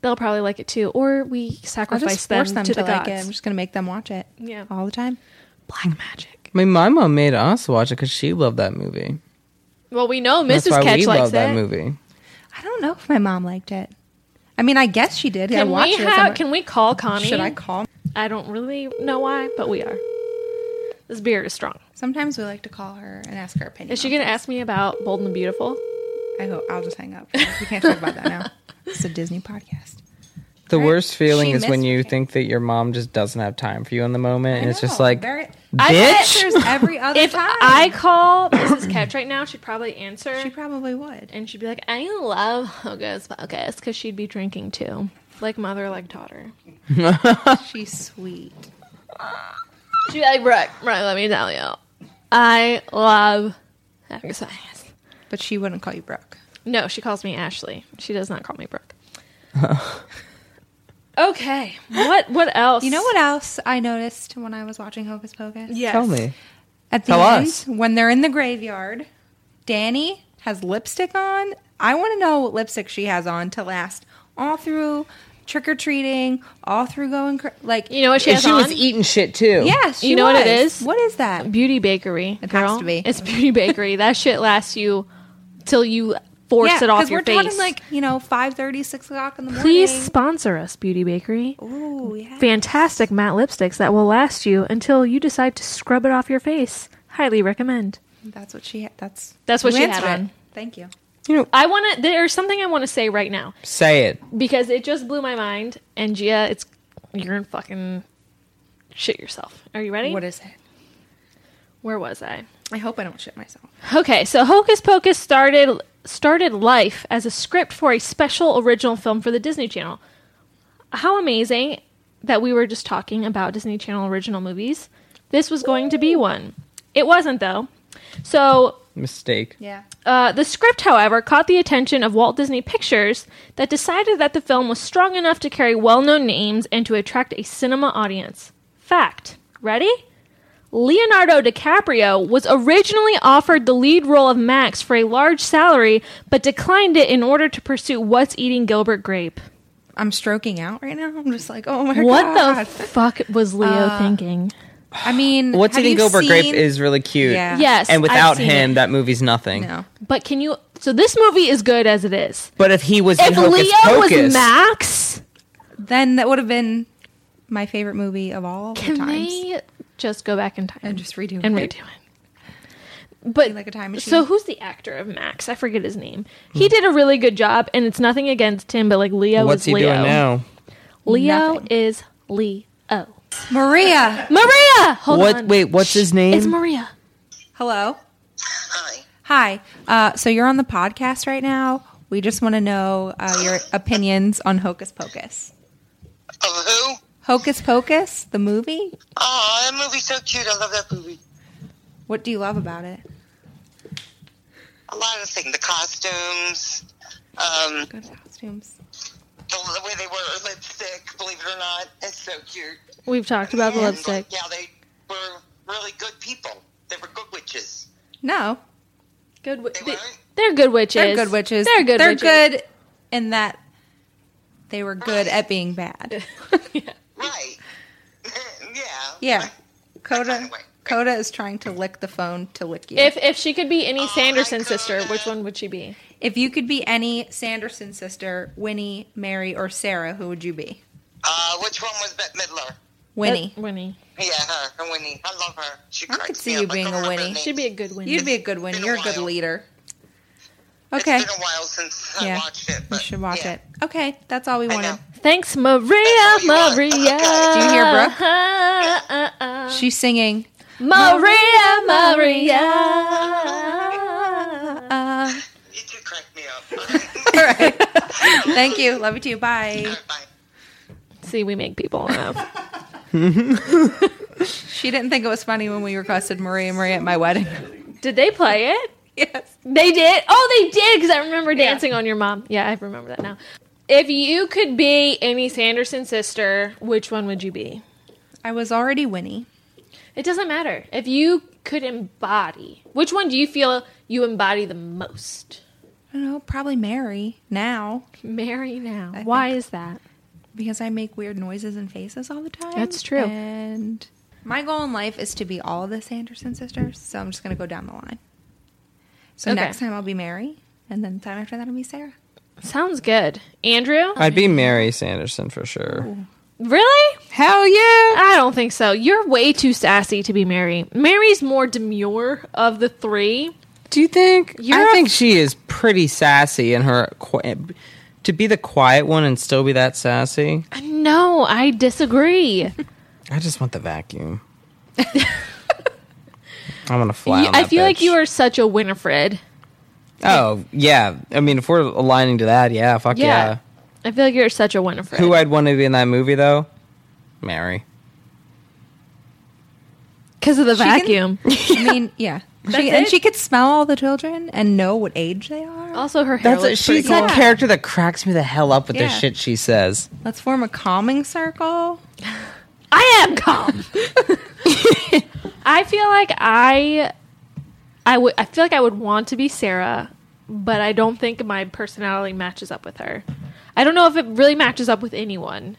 S2: they'll probably like it too or we
S4: I'll
S2: sacrifice
S4: just
S2: them,
S4: force them,
S2: to,
S4: to,
S2: the
S4: like
S2: gods.
S4: it. I'm just gonna make them watch it.
S2: Yeah.
S4: all the time.
S2: Black magic.
S3: I mean, my mom made us watch it because she loved that movie.
S2: Well, we know
S3: That's
S2: Mrs.
S3: why
S2: Ketch
S3: we
S2: likes
S3: love
S2: it.
S3: that movie.
S4: I don't know if my mom liked it. I mean, I guess she did. I
S2: Can we
S4: watched it.
S2: have,
S4: somewhere.
S2: can we call Connie?
S4: Should I call?
S2: I don't really know why, but we are. This beer is strong.
S4: Sometimes we like to call her and ask her opinion.
S2: Is she
S4: on
S2: going to
S4: things.
S2: ask me about Bold and the Beautiful?
S4: I hope I'll just hang up. We can't talk about that now. It's a Disney podcast.
S3: The
S4: Right.
S3: worst feeling
S4: She
S3: is when
S4: missed
S3: you
S4: me.
S3: think that your mom just doesn't have time for you in the moment, and it's just
S4: know,
S3: like,
S4: very-
S2: I bet
S3: bitch.
S4: There's every other
S2: if
S4: time.
S2: I call Mrs. Ketch right now, she'd probably answer.
S4: she probably would.
S2: and she'd be like, I love Hocus Pocus because she'd be drinking too. Like mother, like daughter.
S4: She's sweet.
S2: She'd be like, Brooke, Brooke, let me tell you. I love Hocus Pocus.
S4: But she wouldn't call you Brooke.
S2: No, she calls me Ashley. She does not call me Brooke. okay. What What else?
S4: You know what else I noticed when I was watching Hocus Pocus?
S2: Yes.
S3: tell me.
S4: At the
S3: Tell
S4: end,
S3: us.
S4: when they're in the graveyard, Danny has lipstick on. I want to know what lipstick she has on to last all through trick or treating, all through going cra- like.
S2: You know what she
S3: And
S2: has
S3: she
S2: on?
S3: was e- eating shit too.
S4: yes, she
S2: You know what it
S4: was.
S2: is?
S4: What is that?
S2: Beauty Bakery.
S4: It has
S2: girl.
S4: to be.
S2: It's Beauty Bakery. that shit lasts you till you force it off
S4: because
S2: your
S4: we're
S2: face.
S4: talking like you know five thirty, six o'clock in the morning.
S2: Please sponsor us, Beauty Bakery.
S4: Ooh, yeah.
S2: Fantastic matte lipsticks that will last you until you decide to scrub it off your face. Highly recommend.
S4: That's what she. Ha- that's
S2: That's what
S4: you
S2: she had
S4: answered it.
S2: on.
S4: Thank you.
S2: I want to. There's something I want to say right now
S3: Say it.
S2: because it just blew my mind. And Gia, it's you're in fucking shit yourself. Are you ready?
S4: What is it?
S2: Where was I?
S4: I hope I don't shit myself.
S2: Okay, so Hocus Pocus started started life as a script for a special original film for the Disney Channel. How amazing that we were just talking about Disney Channel original movies. This was going to be one. It wasn't though. So
S3: Mistake.
S4: Yeah.
S2: uh, the script, however, caught the attention of Walt Disney Pictures, that decided that the film was strong enough to carry well known names and to attract a cinema audience. Fact. Ready? Leonardo DiCaprio was originally offered the lead role of Max for a large salary, but declined it in order to pursue What's Eating Gilbert Grape.
S4: I'm stroking out right now. I'm just like, oh my
S2: What
S4: god.
S2: the fuck was Leo thinking?
S4: I mean,
S3: What's
S4: have
S3: Eating
S4: you
S3: Gilbert Grape
S4: seen-
S3: is really cute.
S4: Yeah.
S2: Yes,
S3: And without
S2: I've seen
S3: him,
S2: it.
S3: that movie's nothing.
S4: No.
S2: But can you? So this movie is good as it is.
S3: But if he was in
S2: If
S3: Hocus
S2: Leo
S3: Pocus,
S2: was Max,
S4: Then that would have been my favorite movie of all the
S2: can
S4: times.
S2: they just go back in time
S4: And just redo
S2: and
S4: it.
S2: redo it? But
S4: like a time machine.
S2: So who's the actor of Max? I forget his name. He did a really good job, and it's nothing against him, but like Leo
S3: what's
S2: is
S3: he
S2: Leo.
S3: doing now?
S2: Leo
S4: Nothing.
S2: is Leo.
S4: Maria.
S2: Maria, hold
S3: What?
S2: on.
S3: Wait, what's his name?
S2: It's Maria.
S4: Hello.
S7: Hi.
S4: Hi. Uh, so you're on the podcast right now. We just want to know uh, your opinions on Hocus Pocus.
S7: Of who?
S4: Hocus Pocus, the movie.
S7: Oh, that movie's so cute. I love that movie.
S4: What do you love about it?
S7: A lot of things. The costumes, um,
S4: Good costumes.
S7: the, the way they wear lipstick, believe it or not. It's so cute.
S2: We've talked about the
S7: And,
S2: lipstick.
S7: Yeah, they were really good people. They were good witches.
S4: No,
S2: Good. Wi-
S7: They
S2: they,
S7: weren't?
S2: are good witches.
S4: they're good witches.
S2: They're good.
S4: They're
S2: witches.
S4: good in that they were good at being bad.
S7: Right. yeah.
S4: Yeah. Coda.
S7: Anyway.
S4: Coda is trying to lick the phone to lick you.
S2: If if she could be any Sanderson
S7: Oh my
S2: sister,
S7: God.
S2: which one would she be?
S4: If you could be any Sanderson sister, Winnie, Mary, or Sarah, who would you be?
S7: Uh, which one was Bette Midler?
S4: Winnie.
S2: Uh, Winnie.
S7: Yeah, her. Her Winnie. I love her. She
S4: I could
S7: cracks
S4: see
S7: me
S4: you
S7: up. I
S4: being
S7: can't
S4: a
S7: remember her
S4: Winnie.
S7: name.
S2: She'd be a good Winnie.
S4: You'd be a good Winnie.
S7: Been a
S4: You're a good
S7: while.
S4: leader. Okay.
S7: It's been a while since I
S4: Yeah.
S7: watched it.
S4: You
S7: But
S4: should watch
S7: yeah.
S4: it. Okay, that's all we wanted.
S7: know.
S2: Thanks, Maria.
S7: you want.
S2: Maria.
S7: Do
S4: you hear Brooke?
S2: Uh, uh, uh.
S4: She's singing.
S2: Maria, Maria.
S4: Uh,
S7: You two crack me up.
S4: all right. Thank you. Love you too. Bye.
S7: Bye.
S2: See, we make people laugh.
S4: She didn't think it was funny when we requested Maria Maria at my wedding.
S2: Did they play it?
S4: Yes.
S2: They did. Oh, they did because I remember dancing on your mom. Yeah, I remember that now. If you could be any Sanderson sister, which one would you be?
S4: I was already Winnie.
S2: It doesn't matter. If you could embody, which one do you feel you embody the most?
S4: I don't know, probably Mary now
S2: Mary now.
S4: I
S2: Why is that?
S4: because I make weird noises and faces all the time.
S2: That's true.
S4: And my goal in life is to be all the Sanderson sisters, so I'm just going to go down the line. So
S2: Okay.
S4: next time I'll be Mary, and then the time after that I'll be Sarah.
S2: Sounds good. Andrew?
S3: I'd be Mary Sanderson for sure.
S2: Really?
S4: Hell yeah!
S2: I don't think so. You're way too sassy to be Mary. Mary's more demure of the three.
S3: Do you think?
S2: You're
S3: I
S2: a-
S3: think she is pretty sassy in her. Qui- to be the quiet one and still be that sassy,
S2: No, I disagree.
S3: I just want the vacuum. I want to fly.
S2: You-
S3: on
S2: I
S3: that
S2: feel like
S3: bitch.
S2: you are such a Winifred.
S3: Oh yeah, I mean if we're aligning to that, yeah, fuck yeah.
S2: I feel like you're such a Winifred.
S3: Who I'd want to be in that movie though? Mary.
S2: Because of the
S4: can-
S2: vacuum.
S4: I mean, yeah. She, and
S2: it?
S4: she could smell all the children and know what age they are.
S2: also, her hair.
S3: That's a,
S2: looks
S3: she's
S2: pretty
S3: that
S4: cool.
S3: character that cracks me the hell up with the
S4: Yeah.
S3: shit she says.
S4: Let's form a calming circle.
S2: cool. I am calm. I feel like I, I would. I feel like I would want to be Sarah, but I don't think my personality matches up with her. I don't know if it really matches up with anyone.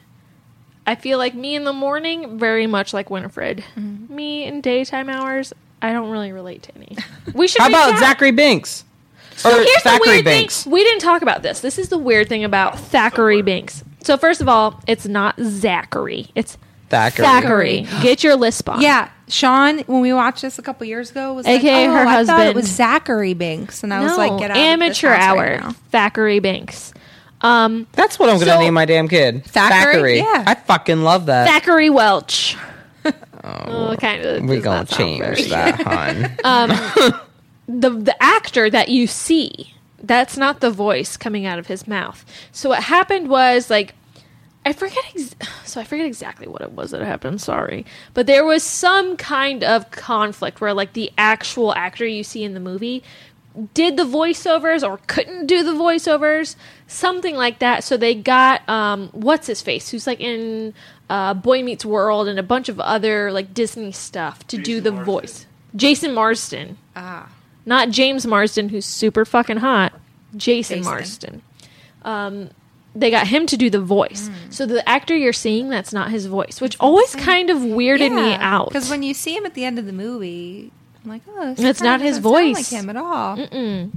S2: I feel like me in the morning, very much like Winifred. Me in daytime hours, I don't really relate to any. We should.
S3: How
S2: reach
S3: about
S2: out.
S3: Zachary Binks? or
S2: Here's the
S3: Zachary
S2: weird
S3: Binks.
S2: thing. We didn't talk about this. This is the weird thing about Thackeray Binks. So first of all, it's not Zachary. It's
S3: Thackeray.
S2: Thackeray. Get your lisp on.
S4: Yeah, Sean, when we watched this a couple years ago, was like,
S2: AKA
S4: oh,
S2: her
S4: I thought
S2: husband.
S4: it was Zachary Binks, and I was like, get out
S2: amateur
S4: of this
S2: hour.
S4: house right now.
S2: Thackeray Binks. Um,
S3: That's what I'm gonna
S2: So-
S3: name my damn kid.
S4: Thackeray? Yeah.
S3: I fucking love that.
S2: Thackeray Welch. oh, kind of.
S3: We're
S2: does
S3: gonna
S2: not sound very-
S3: change that, hon.
S2: the the actor that you see that's not the voice coming out of his mouth so what happened was like i forget ex- so i forget exactly what it was that happened sorry but there was some kind of conflict where like the actual actor you see in the movie did the voiceovers or couldn't do the voiceovers something like that so they got um what's his face who's like in uh, Boy Meets World and a bunch of other like Disney stuff to do
S5: Jason
S2: the
S5: Marsden.
S2: voice. Jason Marsden. Ah. Not James Marsden, who's super fucking hot. Jason,
S4: Jason.
S2: Marsden. Um, they got him to do the voice. So the actor you're seeing, that's not his voice, which always kind of weirded me out.
S4: because when you see him at the end of the movie, I'm like, oh, this
S2: It's
S4: kinda
S2: not his
S4: doesn't sound
S2: voice.
S4: like him at all.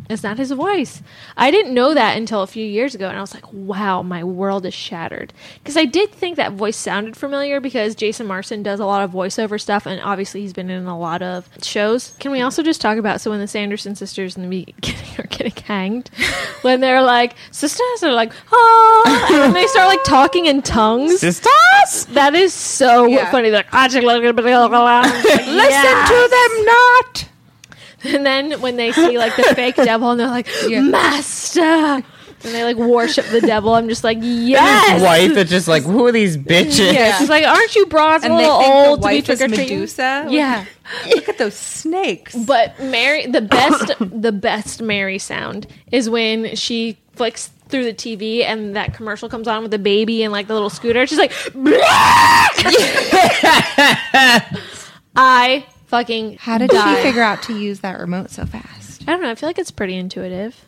S2: It's not his voice. I didn't know that until a few years ago, and I was like, wow, my world is shattered. Because I did think that voice sounded familiar because Jason Marsden does a lot of voiceover stuff, and obviously he's been in a lot of shows. Can we also just talk about so when the Sanderson sisters in the beginning are getting hanged, when they're like, sisters are like, oh, and then they start like talking in tongues?
S3: Sisters,
S2: That is so funny. They're like, "Ah, chick, blah, blah, blah, blah, blah." Like,
S4: Listen to them not.
S2: And then when they see like the fake devil and they're like, Master and they like worship the devil, I'm just like, Yes
S3: his wife is just like, who are these bitches?
S2: Yeah. She's like, Aren't you bras a
S4: And they
S2: little
S4: think
S2: old Oh, to
S4: the
S2: be
S4: wife is
S2: trick or treating?
S4: Medusa. Like,
S2: Yeah.
S4: look at those snakes.
S2: But Mary the best the best Mary sound is when she flicks through the TV and that commercial comes on with the baby and like the little scooter. She's like I fucking
S4: How did
S2: die.
S4: she figure out to use that remote so fast?
S2: I don't know, I feel like it's pretty intuitive.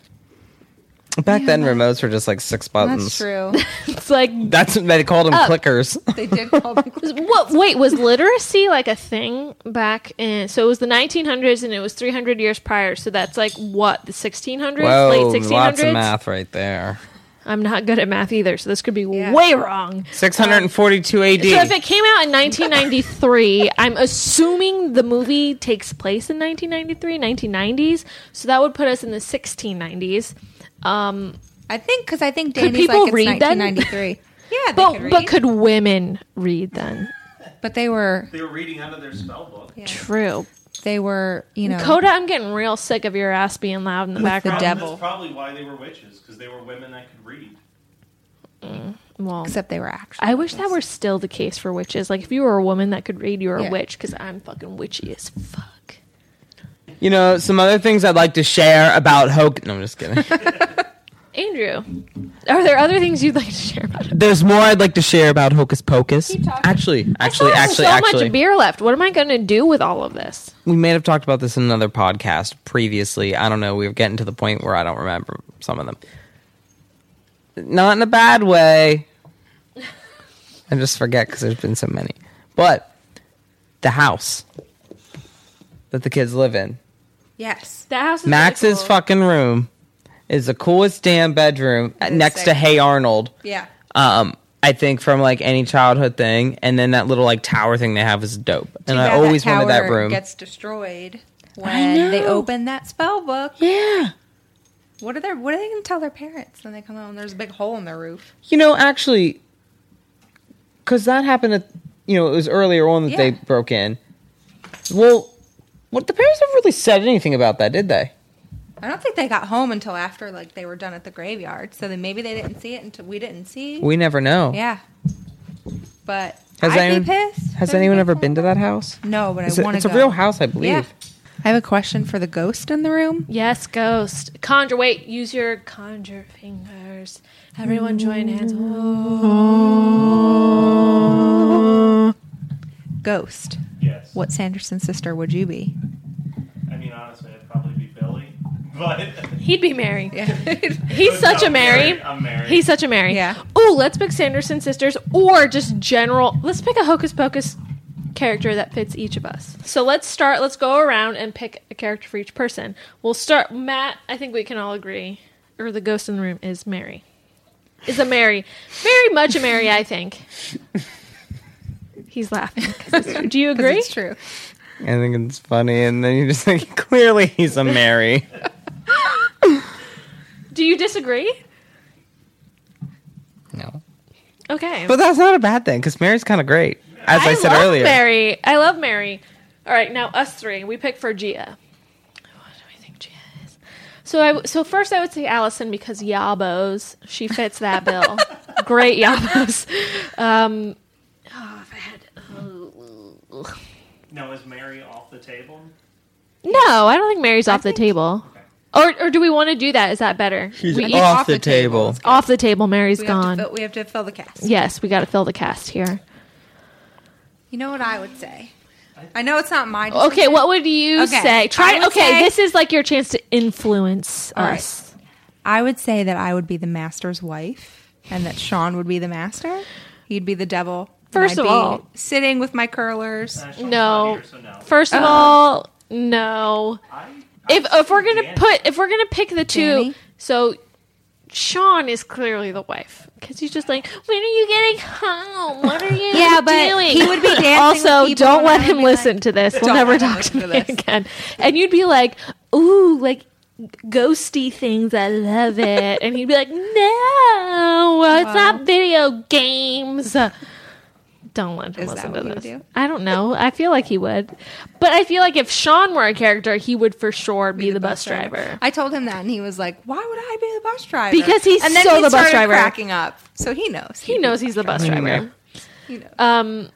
S3: Back then, remotes were just like six buttons.
S4: That's true.
S2: It's like
S3: That's they called them clickers.
S4: they did call them.
S2: What? Wait, was literacy like a thing back in? So it was the 1900s, and it was 300 years prior. So that's like what the 1600s,
S3: Whoa,
S2: late 1600s.
S3: lots of math right there.
S2: I'm not good at math either, so this could be
S4: Yeah.
S2: way wrong.
S3: Six hundred and forty-two AD.
S2: So if it came out in 1993, I'm assuming the movie takes place in 1993, 1990s. So that would put us in the 1690s.
S4: I think because I think Danny's
S2: people
S4: like it's
S2: read then?
S4: 1993. yeah, they
S2: But
S4: could read.
S2: but could women read then?
S4: But they were
S5: They were reading out of their spell book.
S2: True.
S4: they were you know
S2: Coda, I'm getting real sick of your ass being loud in Um, the
S4: the
S2: background.
S4: devil.
S5: That's probably why they were witches, because they were women that could read.
S2: Well,
S4: except they were actually.
S2: I wish that were still the case for witches. Like, if you were a woman that could read, you were a
S4: Yeah.
S2: witch, because I'm fucking witchy as fuck.
S3: you know, some other things I'd like to share about Hoke. No, I'm just kidding.
S2: Andrew, are there other things you'd like to share about it?
S3: There's more I'd like to share about Hocus Pocus. Actually, actually,
S2: I have
S3: actually,
S2: so
S3: actually,
S2: much beer left. What am I going to do with all of this?
S3: we may have talked about this in another podcast previously. I don't know. We were getting to the point where I don't remember some of them. Not in a bad way. I just forget because there's been so many. But the house that the kids live in,
S4: yes.
S2: The house is
S3: Max's fucking room, is the coolest damn bedroom uh, next to
S4: sick.
S3: Hey Arnold.
S4: Yeah.
S3: um I think from like any childhood thing, and then that little like tower thing they have is dope. And I
S4: Yeah,
S3: always wanted that
S4: tower
S3: room.
S4: Gets destroyed when they open that spell book.
S3: yeah,
S4: What are their What are they going to tell their parents when they come home? and There's a big hole in their roof.
S3: you know, actually, because that happened at you know it was earlier on that they
S4: Yeah.
S3: broke in. Well, what the parents never really said anything about that, did they?
S4: I don't think they got home until after like they were done at the graveyard. So then maybe they didn't see it until we didn't see.
S3: We never know.
S4: yeah. But
S3: Has
S4: I'd
S3: anyone-
S4: be
S3: Has
S4: pissed. There's a
S3: anyone
S4: big
S3: ever
S4: hole
S3: been
S4: in
S3: to
S4: my
S3: that house?
S4: No, but
S3: It's
S4: I
S3: a,
S4: want to.
S3: it's a real house, I believe.
S4: Yeah. I have a question for the ghost in the room.
S2: Yes, ghost. Conjure. Wait, use your conjure fingers. Everyone join hands.
S4: Ghost.
S5: Yes.
S4: What Sanderson's sister would you be?
S5: I mean, honestly, I'd probably be Billy. But
S2: He'd be Mary.
S4: Yeah.
S2: He's such a
S5: I'm
S2: Mary.
S5: married. I'm married.
S2: He's such a Mary.
S4: Yeah.
S2: Ooh, let's pick Sanderson sisters or just general. Let's pick a Hocus Pocus character that fits each of us. So let's start. Let's go around and pick a character for each person. We'll start. Matt, I think we can all agree, or the ghost in the room is Mary. Is a Mary. Very much a Mary, I think. He's laughing. 'cause it's true. Do you agree?
S4: It's true.
S3: I think it's funny, and then you just think clearly he's a Mary.
S2: Do you disagree?
S3: no,
S2: Okay.
S3: but that's not a bad thing because Mary's kind of great, as I, said
S2: love
S3: earlier.
S2: Mary. I love Mary. All right, now us three. We pick for Gia. What do we think Gia is? So I w- so first I would say Allison because Yabos. She fits that bill. Great Yabos. Um oh, if I had
S5: now is Mary off the table?
S2: No, I don't think Mary's off the table. Or or do we want to do that? Is that better?
S3: She's
S2: we
S3: off,
S2: each-
S4: off
S3: the,
S4: the
S3: table.
S4: table.
S2: off the table, Mary's
S4: We have, to
S2: gone.
S4: fill, we have to fill the cast.
S2: yes, we got to fill the cast here.
S4: You know what I would say? I know it's not my decision.
S2: Okay, what would you
S4: Okay,
S2: say?
S4: I
S2: Try.
S4: would
S2: Okay,
S4: say-
S2: this is like your chance to influence
S4: All right.
S2: us.
S4: I would say that I would be the master's wife and that Sean would be the master. He'd be the devil. and
S2: First
S4: I'd
S2: of
S4: be
S2: all-
S4: sitting with my curlers.
S5: National's not
S2: No.
S5: here, so no.
S2: First of
S4: Uh-huh.
S2: all, no.
S5: I- I
S2: If if we're
S5: see
S2: gonna
S5: Danny.
S2: put if we're gonna pick the two,
S4: Danny?
S2: so Sean is clearly the wife because he's just like, when are you getting home? What are you?
S4: Yeah, but
S2: doing?"
S4: he would be dancing
S2: Also,
S4: with people
S2: don't
S4: and
S2: let
S4: I would
S2: him
S4: be
S2: listen
S4: like,
S2: to this. We'll
S4: "Don't
S2: never
S4: let him
S2: talk to
S4: listen to
S2: me
S4: this."
S2: again. And you'd be like, ooh, like ghosty things. I love it. and he'd be like, no, it's not video games. Don't let him
S4: Is
S2: listen
S4: that what
S2: to
S4: you
S2: this.
S4: would do?
S2: I don't know. I feel like he would, but I feel like if Sean were a character, he would for sure be, the, bus driver.
S4: I told him that, and he was like, "Why would I be the bus driver?"
S2: Because he's
S4: and then
S2: so
S4: he
S2: the bus
S4: started
S2: driver.
S4: Cracking up, so he knows.
S2: He knows he's the bus driver.
S3: Yeah.
S4: He knows.
S2: Um,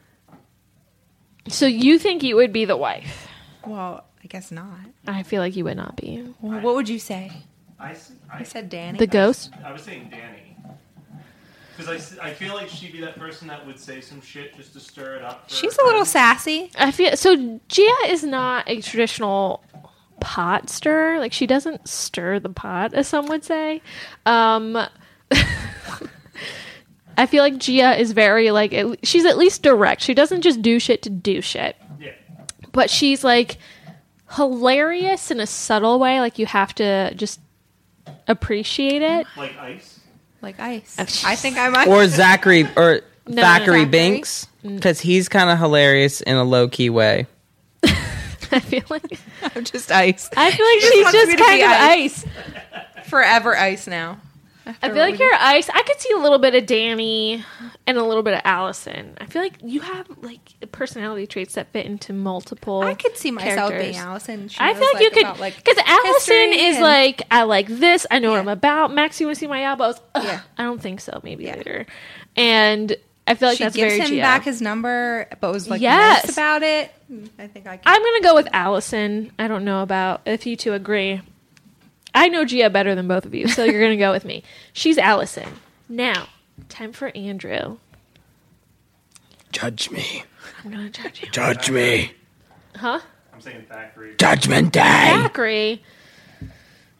S2: so you think you would be the wife?
S4: well, I guess not.
S2: I feel like you would not be
S4: Well, what would you say?
S5: I, s- I
S4: I said Danny.
S2: the ghost.
S5: I was saying Danny. Because I, s- I feel like she'd be that person that would say some shit just to stir it up. for
S4: She's
S5: her
S4: a little
S5: friends.
S4: sassy.
S2: I feel so. Gia is not a traditional pot stirrer. Like she doesn't stir the pot, as some would say. Um, I feel like Gia is very like at, le- she's at least direct. She doesn't just do shit to do shit.
S5: Yeah.
S2: but she's like hilarious in a subtle way like you have to just appreciate it
S5: Like ice.
S4: Like ice. I think I might.
S3: or Zachary or
S2: no,
S3: Thackeray
S2: Zachary. Mm.
S3: Binks because he's kind of hilarious in a low key way.
S2: i feel like
S4: I'm just ice.
S2: i feel like
S4: just
S2: she's
S4: wants
S2: just
S4: me to be
S2: kind of ice,
S4: ice. Forever ice now.
S2: i feel like you're ice i could see a little bit of danny and a little bit of allison i feel like you have like personality traits that fit into multiple
S4: I could see myself
S2: characters.
S4: being Allison. She
S2: I
S4: knows,
S2: feel like, you could
S4: about, like
S2: because Allison
S4: history
S2: is
S4: and-
S2: like I like this. I know what
S4: Yeah.
S2: I'm about. Max, you want to see my elbows? Ugh,
S4: Yeah.
S2: I don't think so. Maybe
S4: Yeah.
S2: later. And I feel like
S4: she
S2: that's
S4: gives
S2: very
S4: him
S2: Gia.
S4: back his number, but was like
S2: Yes.
S4: nice about it. I think I. Can.
S2: I'm gonna go with Allison. I don't know about if you two agree. I know Gia better than both of you, so you're gonna go with me. She's Allison. Now, time for Andrew.
S3: Judge me,
S2: I'm gonna judge you.
S3: judge me,
S2: Huh?
S5: I'm saying Thackeray.
S3: judgment day.
S2: Zachary.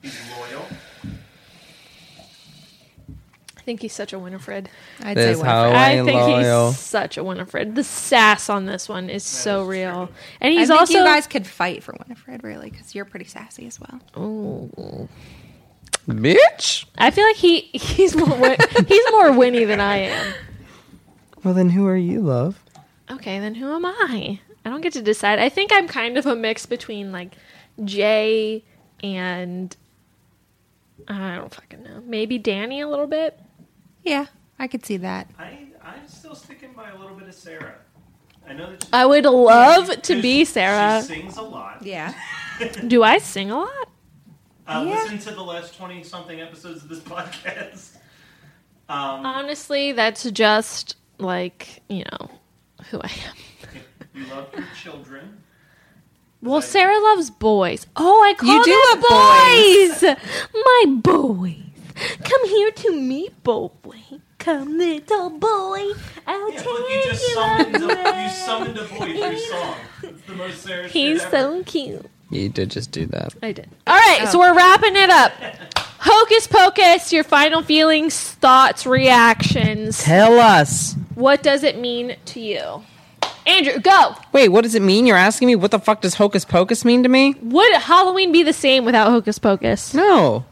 S5: He's loyal.
S2: I think he's such a Winifred.
S4: I'd
S3: That's how
S4: Winifred.
S3: I
S2: I
S3: am
S2: think
S3: loyal.
S2: he's such a Winifred. The sass on this one is so
S5: is
S2: real,
S5: true.
S2: and he's
S4: I think
S2: also
S4: you guys could fight for Winifred, really, because you're pretty sassy as well.
S3: Bitch.
S2: I feel like he he's more Win- he's more Winnie than I am.
S3: Well, then who are you, love?
S2: Okay, then who am I? I don't get to decide. I think I'm kind of a mix between like Jay and I don't fucking know. Maybe Danny a little bit.
S4: Yeah, I could see that.
S5: I, I'm still sticking by a little bit of Sarah. I know that she,
S2: I would love to
S5: 'cause
S2: be
S5: she-
S2: Sarah.
S5: She sings a lot.
S4: Yeah,
S2: Do I sing a lot?
S5: Uh,
S4: Yeah.
S5: Listen to the last 20 something episodes of this podcast. Um,
S2: Honestly, that's just like, you know, who I am.
S5: you love your children.
S2: Well, Sarah loves boys. Oh, I call
S4: You do
S2: them boys. My boys, come here to me, boy. Come, little boy, I'll
S5: Yeah,
S2: take
S5: look, you just
S2: you
S5: summoned
S2: on
S5: a, you summoned a boy through song. It's the most Sarah
S2: He's
S5: shit
S2: so
S5: ever.
S2: cute. Oh.
S3: You did just do that.
S2: I did. All right, so we're wrapping it up. Hocus pocus, your final feelings, thoughts, reactions.
S3: Tell us.
S2: What does it mean to you? Andrew, go.
S3: Wait, what does it mean? You're asking me what the fuck does hocus pocus mean to me?
S2: Would Halloween be the same without Hocus Pocus?
S3: No.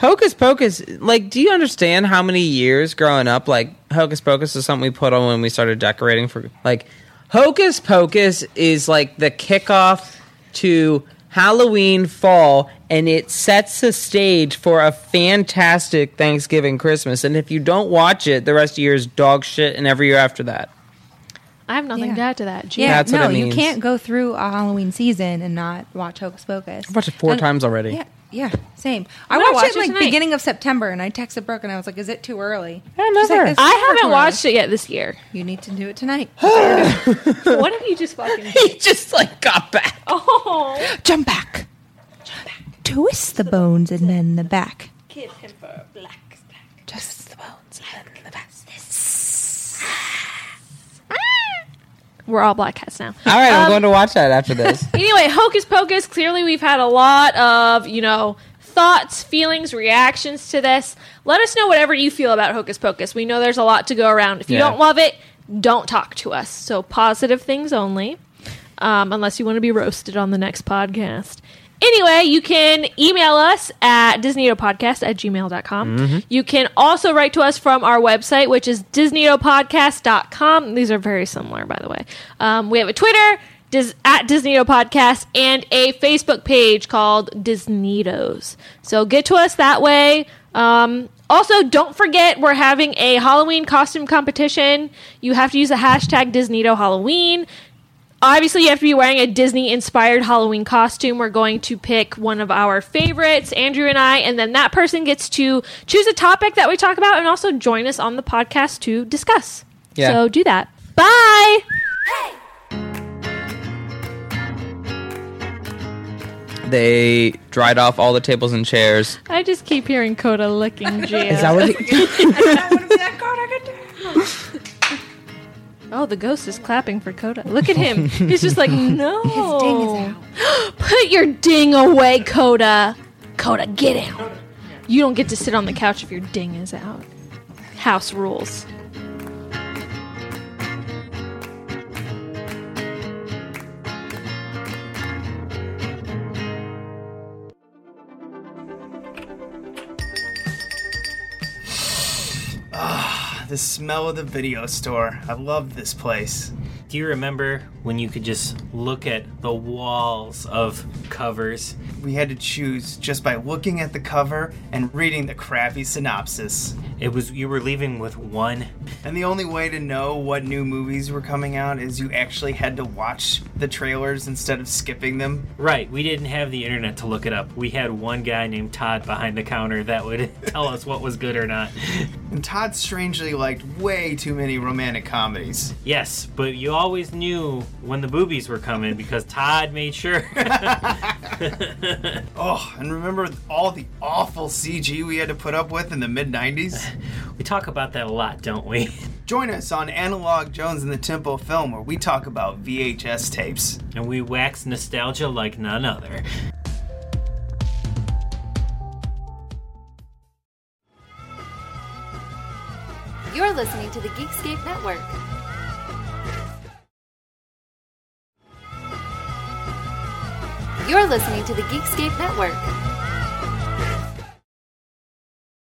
S3: Hocus Pocus, like, do you understand how many years growing up, like, Hocus Pocus is something we put on when we started decorating for, like, Hocus Pocus is like the kickoff to Halloween fall, and it sets the stage for a fantastic Thanksgiving Christmas. And if you don't watch it, the rest of the year is dog shit, and every year after that.
S2: I have nothing
S4: Yeah.
S2: to add to that. Gee.
S4: yeah.
S3: That's what
S4: no,
S3: it
S4: you
S3: means.
S4: can't go through a Halloween season and not watch Hocus Pocus.
S3: I've watched it four
S4: And-
S3: times already.
S4: Yeah, yeah, same. I
S2: gonna
S4: watched
S2: watch
S4: it
S2: it
S4: like
S2: tonight.
S4: beginning of September, and I texted Brooke, and I was like, "Is it too early?"
S3: I
S4: She's like,
S3: never.
S4: "It's never
S2: I
S4: too
S2: haven't
S4: early."
S2: watched it yet this year.
S4: You need to do it tonight.
S2: what if you just fucking
S3: He just, like, got back.
S2: oh
S4: Jump back. Jump back. Twist the bones and then the back.
S2: give him for a black
S4: Twist the bones and then the back.
S2: We're all black cats now.
S4: Um,
S3: All right, I'm going to watch that after this.
S2: Anyway, Hocus Pocus. Clearly, we've had a lot of you know thoughts, feelings, reactions to this. Let us know whatever you feel about Hocus Pocus. We know there's a lot to go around. If you
S3: Yeah.
S2: don't love it, don't talk to us. So positive things only, um, unless you want to be roasted on the next podcast. Anyway, you can email us at disneyopodcast at gmail.com. You can also write to us from our website, which is disneyopodcast.com. These are very similar, by the way. Um, we have a Twitter, Dis- at Disneyto Podcast and a Facebook page called Disneytos. So get to us that way. Um, also, don't forget we're having a Halloween costume competition. You have to use the hashtag Disneyto Halloween. Obviously, you have to be wearing a Disney inspired Halloween costume. We're going to pick one of our favorites, Andrew and I, and then that person gets to choose a topic that we talk about and also join us on the podcast to discuss.
S3: Yeah.
S2: So do that. Bye.
S3: they dried off all the tables and chairs.
S2: I just keep hearing Coda licking Gia.
S3: Is that what? He-
S2: oh, the ghost is clapping for Coda. Look at him. He's just like, no. Put your ding away, Coda. Coda, get out. You don't get to sit on the couch if your ding is out. House rules.
S8: The smell of the video store. I love this place.
S5: Do you remember when you could just look at the walls of covers?
S8: We had to choose just by looking at the cover and reading the crappy synopsis.
S5: It was you were leaving with one.
S8: And the only way to know what new movies were coming out is you actually had to watch the trailers instead of skipping them.
S5: Right, we didn't have the internet to look it up. We had one guy named Todd behind the counter that would tell us what was good or not.
S8: And Todd strangely liked way too many romantic comedies.
S5: Yes, but you always knew when the boobies were coming because Todd made sure.
S8: Oh, and remember all the awful CG we had to put up with in the mid 90s?
S5: we talk about that a lot, don't we?
S8: Join us on Analog Jones and the Tempo Film, where we talk about VHS tapes.
S5: And we wax nostalgia like none other.
S1: You're listening to the Geekscape Network. You're listening to the Geekscape Network.